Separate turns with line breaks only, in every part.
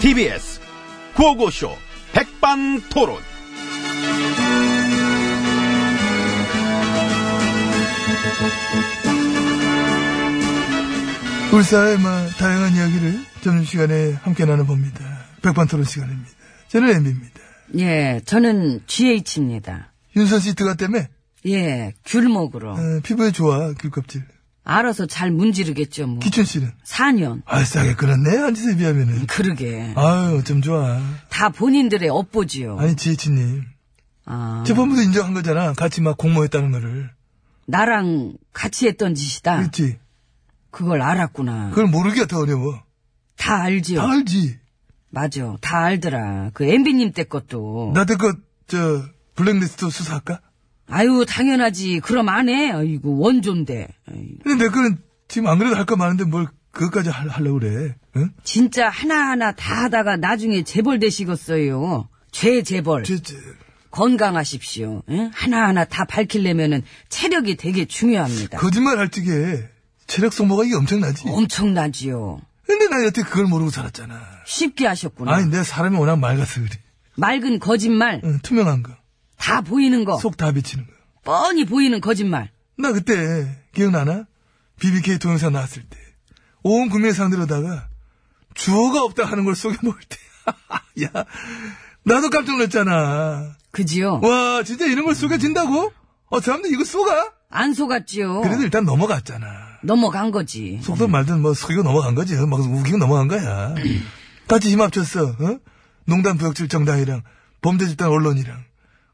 TBS 구호고쇼 백반토론.
우리 사회의 막 다양한 이야기를 점심시간에 함께 나눠봅니다. 백반토론 시간입니다. 저는 엠비입니다.
예, 저는 GH입니다.
윤선 씨 뜨가 때문에
예, 귤목으로.
어, 피부에 좋아 귤껍질.
알아서 잘 문지르겠죠, 뭐.
기춘 씨는
4년.
아 싸게 끌었네 한지세 비하면은.
그러게.
아유 어쩜 좋아.
다 본인들의 업보지요.
아니 지혜치님
아,
재판부도 인정한 거잖아. 같이 막 공모했다는 거를.
나랑 같이 했던 짓이다.
그렇지.
그걸 알았구나.
그걸 모르기가 더 어려워.
다 알지요.
다 알지.
맞아. 다 알더라. 그 MB님 때 것도.
나한테 그저 블랙리스트 수사할까?
아유, 당연하지. 그럼 안 해. 아이고, 원조인데. 아이고.
근데 내 거는 지금 안 그래도 할 거 많은데 뭘 그것까지 할- 하려고 그래. 응?
진짜 하나하나 다 하다가 나중에 재벌되시겠어요. 죄 재벌.
제, 제,
건강하십시오. 응? 하나하나 다 밝히려면은 체력이 되게 중요합니다.
거짓말 할 적에 체력 소모가 이게 엄청나지.
엄청나지요.
근데 나 여태 그걸 모르고 살았잖아.
쉽게 하셨구나.
아니, 내 사람이 워낙 맑아서 그래.
맑은 거짓말,
응, 투명한 거.
다 보이는 거,
속 다 비치는 거.
뻔히 보이는 거짓말.
나 그때, 기억나나? BBK 동영상 나왔을 때. 온 국민 상대로다가 주어가 없다 하는 걸 속여 먹을 때. 야, 나도 깜짝 놀랐잖아.
그지요?
와, 진짜 이런 걸 속여진다고? 어, 사람들 이거 속아?
안 속았지요.
그래도 일단 넘어갔잖아.
넘어간 거지.
속도 말든 뭐 속이고 넘어간 거지. 막 우기고 넘어간 거야. 같이 힘 합쳤어. 어? 농단 부역질 정당이랑 범죄 집단 언론이랑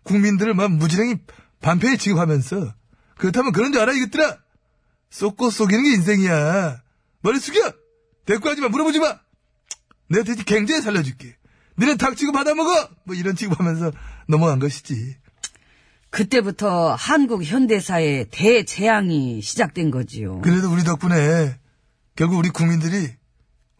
국민들을 막 무지랭이 반편에 지급하면서 그렇다면 그런 줄 알아 이것들아. 쏟고 속이는 게 인생이야. 머리 숙여. 대꾸하지 마. 물어보지 마. 내가 대신 갱제에 살려줄게. 너는 닭 취급 받아먹어. 뭐 이런 취급하면서 넘어간 것이지.
그때부터 한국 현대사의 대재앙이 시작된 거지요.
그래도 우리 덕분에 결국 우리 국민들이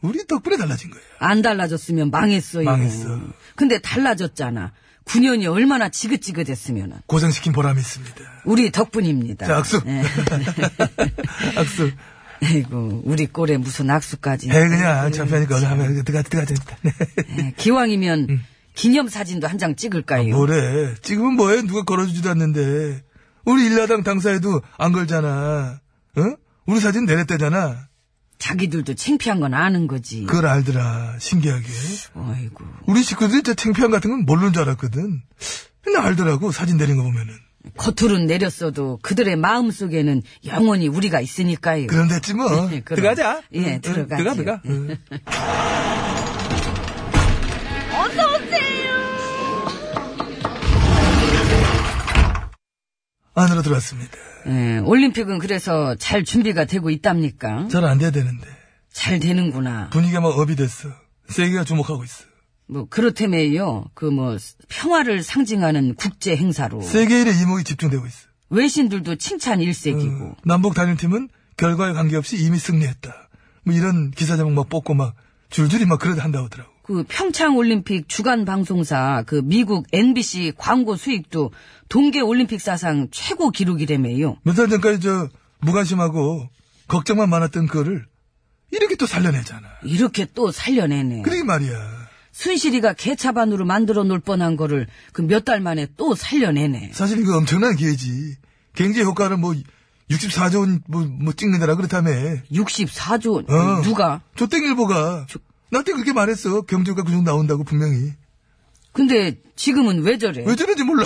우리 덕분에 달라진 거야.
안 달라졌으면 망했어요.
망했어.
근데 달라졌잖아. 9년이 얼마나 지긋지긋했으면은.
고생시킨 보람이 있습니다.
우리 덕분입니다.
자, 악수.
예.
악수.
아이고, 우리 꼴에 무슨 악수까지.
에 네, 그냥 창피하니까 오늘 하면 들어가 들어가 재밌다. 네.
예, 기왕이면 기념사진도 한 장 찍을까요?
음. 아, 뭐래? 지금은 뭐해? 누가 걸어주지도 않는데 우리 일야당 당사에도 안 걸잖아. 응? 우리 사진 내렸다잖아.
자기들도 창피한 건 아는 거지.
그걸 알더라. 신기하게.
아이고,
우리 식구들이 저 창피함 같은 건 모르는 줄 알았거든. 근데 알더라고 사진 내린 거 보면은.
겉으론 내렸어도 그들의 마음 속에는 영원히 우리가 있으니까요.
그럼 됐지 뭐.
예, 그럼.
들어가자.
예,
응,
들어가죠.
들어가 들어가. 응. 안으로 들어왔습니다.
예, 올림픽은 그래서 잘 준비가 되고 있답니까?
잘 안 돼야 되는데
잘 되는구나.
분위기가 막 업이 됐어. 세계가 주목하고 있어.
뭐 그렇다며요. 그 뭐 평화를 상징하는 국제 행사로
세계 일의 이목이 집중되고 있어.
외신들도 칭찬 일색이고
어, 남북 단일팀은 결과에 관계없이 이미 승리했다. 뭐 이런 기사 제목 막 뽑고 막 줄줄이 막 그러다 한다고 하더라고.
그 평창 올림픽 주간 방송사 그 미국 NBC 광고 수익도 동계 올림픽 사상 최고 기록이라며요.
몇 달 전까지 저 무관심하고 걱정만 많았던 그거를 이렇게 또 살려내잖아.
이렇게 또 살려내네.
그러게 말이야.
순실이가 개차반으로 만들어 놓을 뻔한 거를 그 몇 달 만에 또 살려내네.
사실 이거 엄청난 기회지. 경제 효과를 뭐 64조 원 뭐 찍는다라 그렇다며.
64조 원.
어.
누가?
조땡일보가 나한테 그렇게 말했어. 경제 효과 그중 나온다고 분명히.
근데 지금은 왜 저래?
왜 저런지 몰라.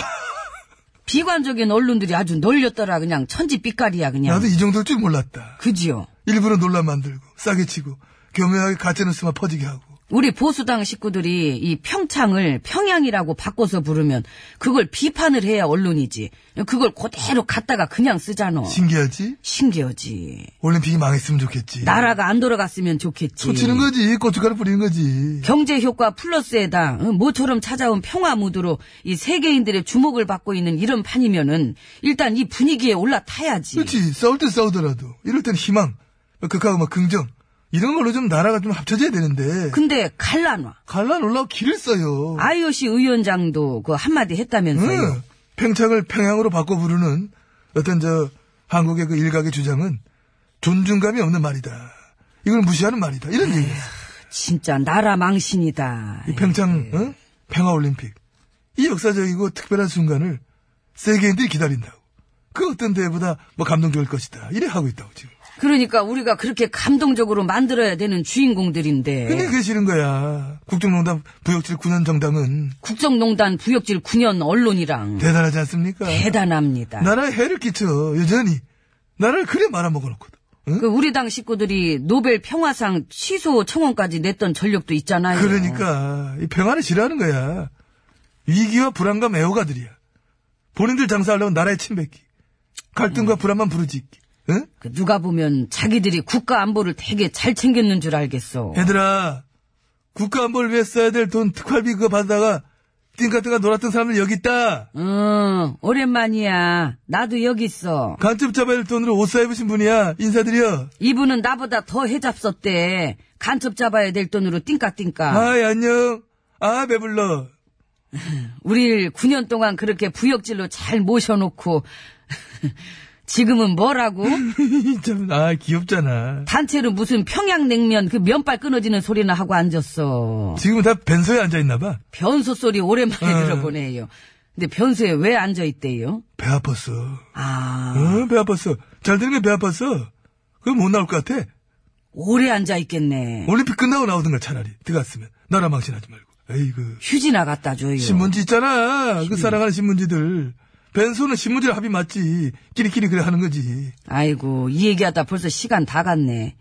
비관적인 언론들이 아주 널렸더라 그냥 천지빛깔이야 그냥.
나도 이 정도일 줄 몰랐다.
그지요.
일부러 논란 만들고 싸게 치고 교묘하게 가짜 뉴스만 퍼지게 하고.
우리 보수당 식구들이 이 평창을 평양이라고 바꿔서 부르면 그걸 비판을 해야 언론이지. 그걸 그대로 갖다가 그냥 쓰잖아.
신기하지?
신기하지.
올림픽이 망했으면 좋겠지.
나라가 안 돌아갔으면 좋겠지.
소치는 거지. 고춧가루 뿌리는 거지.
경제 효과 플러스에다 어, 모처럼 찾아온 평화 무드로 이 세계인들의 주목을 받고 있는 이런 판이면은 일단 이 분위기에 올라타야지.
그렇지. 싸울 때 싸우더라도 이럴 땐 희망, 극하고 막 긍정 이런 걸로 좀 나라가 좀 합쳐져야 되는데
근데 갈라놔.
갈라 놀라고 길을 써요.
IOC 위원장도 그 한마디 했다면서요.
응. 평창을 평양으로 바꿔 부르는 어떤 저 한국의 그 일각의 주장은 존중감이 없는 말이다. 이걸 무시하는 말이다. 이런 얘기였어.
진짜 나라 망신이다.
이 평창 어? 평화올림픽 이 역사적이고 특별한 순간을 세계인들이 기다린다고 그 어떤 대회보다 뭐 감동적일 것이다 이래 하고 있다고 지금
그러니까 우리가 그렇게 감동적으로 만들어야 되는 주인공들인데
근데 그게 싫은 거야 국정농단 부역질 9년 정당은
국정농단 부역질 9년 언론이랑
대단하지 않습니까
대단합니다.
나라에 해를 끼쳐 여전히 나라를 그래 말아먹어놓고도 응?
그 우리 당 식구들이 노벨 평화상 취소 청원까지 냈던 전력도 있잖아요.
그러니까 이 평화를 싫어하는 거야. 위기와 불안감 애호가들이야. 본인들 장사하려고 나라에 침뱉기. 갈등과 불안만 부르짖기. 응?
그 누가 보면 자기들이 국가 안보를 되게 잘 챙겼는 줄 알겠어.
얘들아 국가 안보를 위해 써야 될 돈 특활비 그거 받다가 띵카트가 놀았던 사람들 여기 있다.
응, 오랜만이야. 어, 나도 여기 있어.
간첩 잡아야 될 돈으로 옷 사입으신 분이야. 인사드려.
이분은 나보다 더 해잡섰대. 간첩 잡아야 될 돈으로 띵까띵까.
아이 안녕. 아 배불러.
우릴 9년 동안 그렇게 부역질로 잘 모셔놓고 지금은 뭐라고?
참아 귀엽잖아.
단체로 무슨 평양냉면 그 면발 끊어지는 소리나 하고 앉았어.
지금은 다 벤소에 앉아있나 봐.
변소 소리 오랜만에
어.
들어보네요. 근데 변소에 왜 앉아있대요?
배 아팠어.
아,
어, 배 아팠어. 잘 되는 게 배 아팠어. 그럼 못 나올 것 같아.
오래 앉아있겠네.
올림픽 끝나고 나오든가 차라리. 들어갔으면. 나라 망신하지 말고. 에이그.
휴지나 갖다 줘요.
신문지 있잖아. 그 사랑하는 신문지들. 벤소는 신문지랑 합이 맞지. 끼리끼리 그래 하는 거지.
아이고, 이 얘기하다 벌써 시간 다 갔네.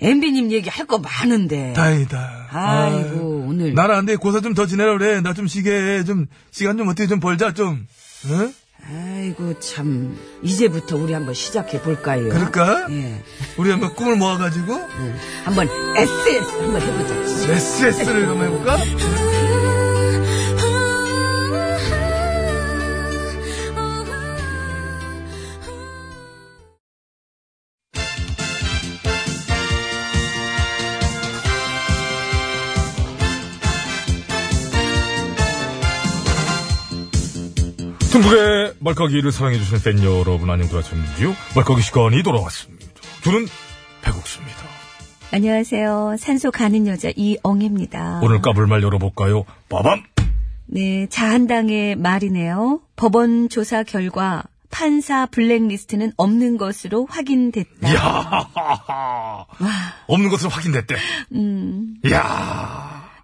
엠비님 얘기할 거 많은데.
다행이다.
아이고,
아유.
오늘.
나라 안 돼. 고사 좀 더 지내라 그래. 나 좀 쉬게. 해. 좀, 시간 좀 어떻게 좀 벌자, 좀. 응?
아이고, 참. 이제부터 우리 한번 시작해볼까요?
그럴까?
예.
우리 한번 꿈을 모아가지고,
응. 한번 SS 한번 해보자.
SS를 한번 해볼까?
중국의 말까기를 사랑해주시는 팬 여러분, 안녕, 돌아왔는지요? 말까기 시간이 돌아왔습니다. 저는 배국수입니다.
안녕하세요. 산소 가는 여자 이엉입니다.
오늘 까불말 열어볼까요? 빠밤!
네, 자한당의 말이네요. 법원 조사 결과 판사 블랙리스트는 없는 것으로 확인됐다.
이야! 없는 것으로 확인됐대. 이야!
음,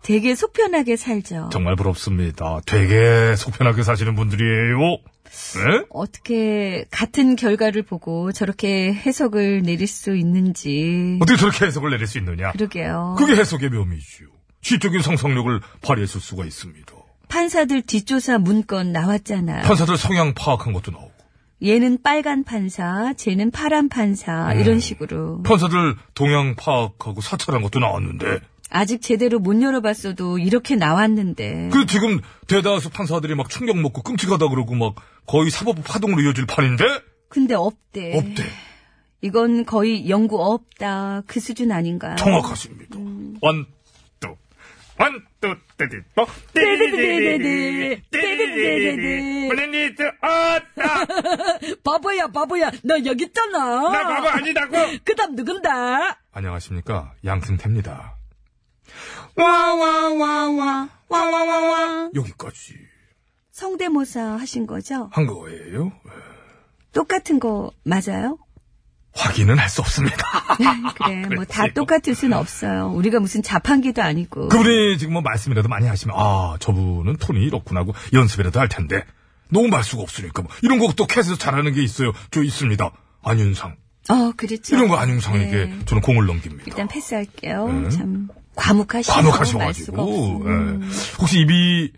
되게 속편하게 살죠.
정말 부럽습니다. 되게 속편하게 사시는 분들이에요. 네?
어떻게 같은 결과를 보고 저렇게 해석을 내릴 수 있는지
어떻게 저렇게 해석을 내릴 수 있느냐?
그러게요.
그게 해석의 묘미지요. 시적인 상상력을 발휘했을 수가 있습니다.
판사들 뒷조사 문건 나왔잖아요.
판사들 성향 파악한 것도 나오고,
얘는 빨간 판사, 쟤는 파란 판사
음.
이런 식으로
판사들 동향 파악하고 사찰한 것도 나왔는데,
아직 제대로 못 열어봤어도 이렇게 나왔는데
그 지금 대다수 판사들이 막 충격 먹고 끔찍하다 그러고 막 거의 사법 파동으로 이어질 판인데
근데 없대.
없대.
이건 거의 연구 없다 그 수준 아닌가요?
정확하십니다. 완뚜 완뚜 떼디또 떼디디디디 떼디디디디 블랙리스트 아, 왔다
바보야, 바보야. 너 여기 있잖아.
나 바보 아니다고
그 다음 누군다?
안녕하십니까 양승태입니다. 와와와와 와와와와 여기까지
성대모사 하신 거죠?
한 거예요.
똑같은 거 맞아요?
확인은 할 수 없습니다.
그래, 뭐 다
아, 그랬어요.
똑같을 순 없어요. 우리가 무슨 자판기도 아니고.
그분이 지금 뭐 말씀이라도 많이 하시면 아 저분은 톤이 이렇구나 하고 연습이라도 할 텐데 녹음할 수가 없으니까 뭐 이런 것도 캐서 잘하는 게 있어요 저 있습니다 안윤상
어, 그렇죠.
이런 거 안윤상에게
네.
저는 공을 넘깁니다
일단 패스할게요.
네.
참 과묵하시고 말 수가
과묵하셔가지고
없음.
예. 혹시 입이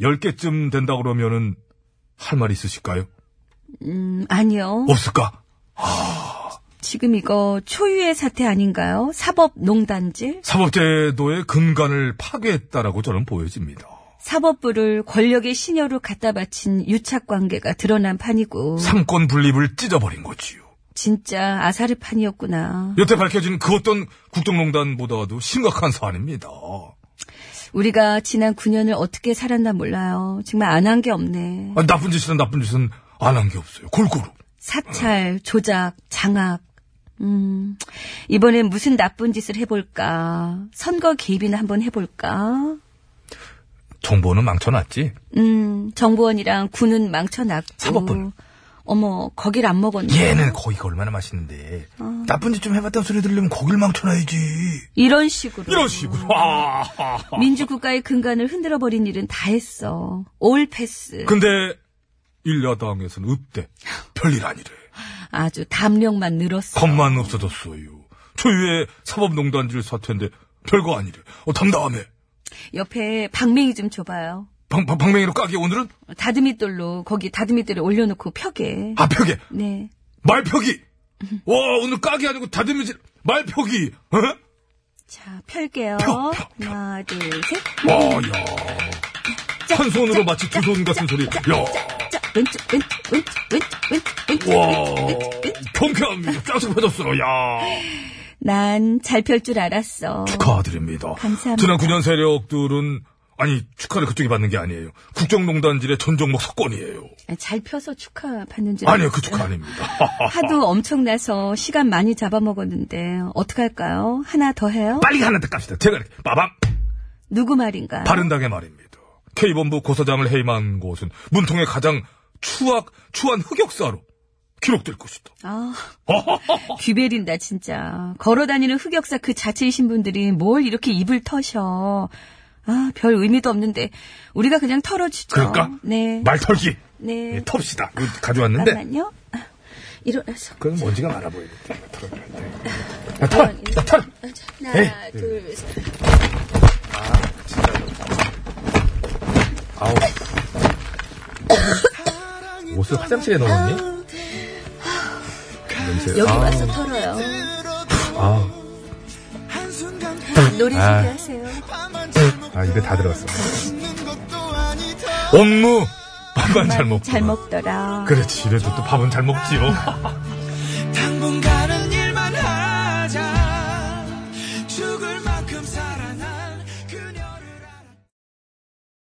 10개쯤 된다 그러면은 할 말 있으실까요?
음, 아니요.
없을까?
지금 이거 초유의 사태 아닌가요? 사법 농단질?
사법제도의 근간을 파괴했다라고 저는 보여집니다
사법부를 권력의 신여로 갖다 바친 유착 관계가 드러난 판이고
삼권 분립을 찢어버린 거지요
진짜 아사르 판이었구나.
여태 밝혀진 그 어떤 국정농단보다도 심각한 사안입니다
우리가 지난 9년을 어떻게 살았나 몰라요. 정말 안 한 게 없네.
아, 나쁜 짓이란 나쁜 짓은 안 한 게 없어요. 골고루.
사찰, 조작, 장악, 음, 이번엔 무슨 나쁜 짓을 해볼까? 선거 개입이나 한번 해볼까?
정보는 망쳐놨지?
음, 정보원이랑 군은 망쳐놨고.
사법부는? 예,
어머, 거길 안 먹었네.
얘는 거기가 얼마나 맛있는데.
아.
나쁜 짓 좀 해봤다는 소리 들리면 거길 망쳐놔야지.
이런 식으로.
이런 식으로. 아, 아, 아.
민주국가의 근간을 흔들어버린 일은 다 했어. 올 패스.
근데 일야당에서는 없대. 별일 아니래.
아주 담력만 늘었어.
겁만 없어졌어요. 초유의 사법농단질 사태인데 별거 아니래. 어, 담담해.
옆에 방맹이 좀 줘봐요.
방, 방, 방맹이로 까기 오늘은?
다듬이돌로 거기 다듬이돌에 올려놓고 펴게.
아, 벽에.
네.
말표기! 와, 오늘 까기 아니고 다듬이질. 말표기! 어?
자, 펼게요.
펴, 펴, 펴.
하나, 둘, 셋.
와, 어, 야. 한 손으로 마치 두 손 같은 소리. 야.
자, 왼쪽, 왼쪽, 왼쪽, 왼쪽, 왼쪽, 왼쪽.
와, 경쾌합니다. 짜증받았어, 야.
난잘 펼 줄 알았어.
축하드립니다.
감사합니다.
지난 9년 세력들은, 아니, 축하를 그쪽이 받는 게 아니에요. 국정농단질의 전종목 석권이에요.
아, 잘 펴서 축하 받는 줄.
아니요,
알았어요.
그 축하 아닙니다.
하도 엄청나서 시간 많이 잡아먹었는데 어떡할까요? 하나 더 해요?
빨리 하나 더 깝시다. 제가 이렇게, 빠밤!
누구 말인가요?
바른당의 말입니다. K본부 고서장을 해임한 곳은 문통의 가장 추악, 추한 흑역사로 기록될 것이다.
아, 귀베린다 진짜. 걸어다니는 흑역사 그 자체이신 분들이 뭘 이렇게 입을 터셔. 아, 별 의미도 없는데 우리가 그냥 털어주죠.
그럴까?
네.
말털기!
네.
예, 텁시다. 이거 가져왔는데.
잠깐만요. 아, 일어나서.
그건 먼지가 많아 보이는데. 털어, 털어. 털어.
하나,
에이.
둘, 셋.
아우. 옷을 화장실에 넣었니? 냄새.
여기
아,
와서 털어요.
아,
노래
아.
소개하세요.
아, 입에 다 들어갔어. 업무! 밥만 잘 먹고.
잘 먹더라.
그렇지. 뭐. 이래도 또 밥은 잘 먹지요.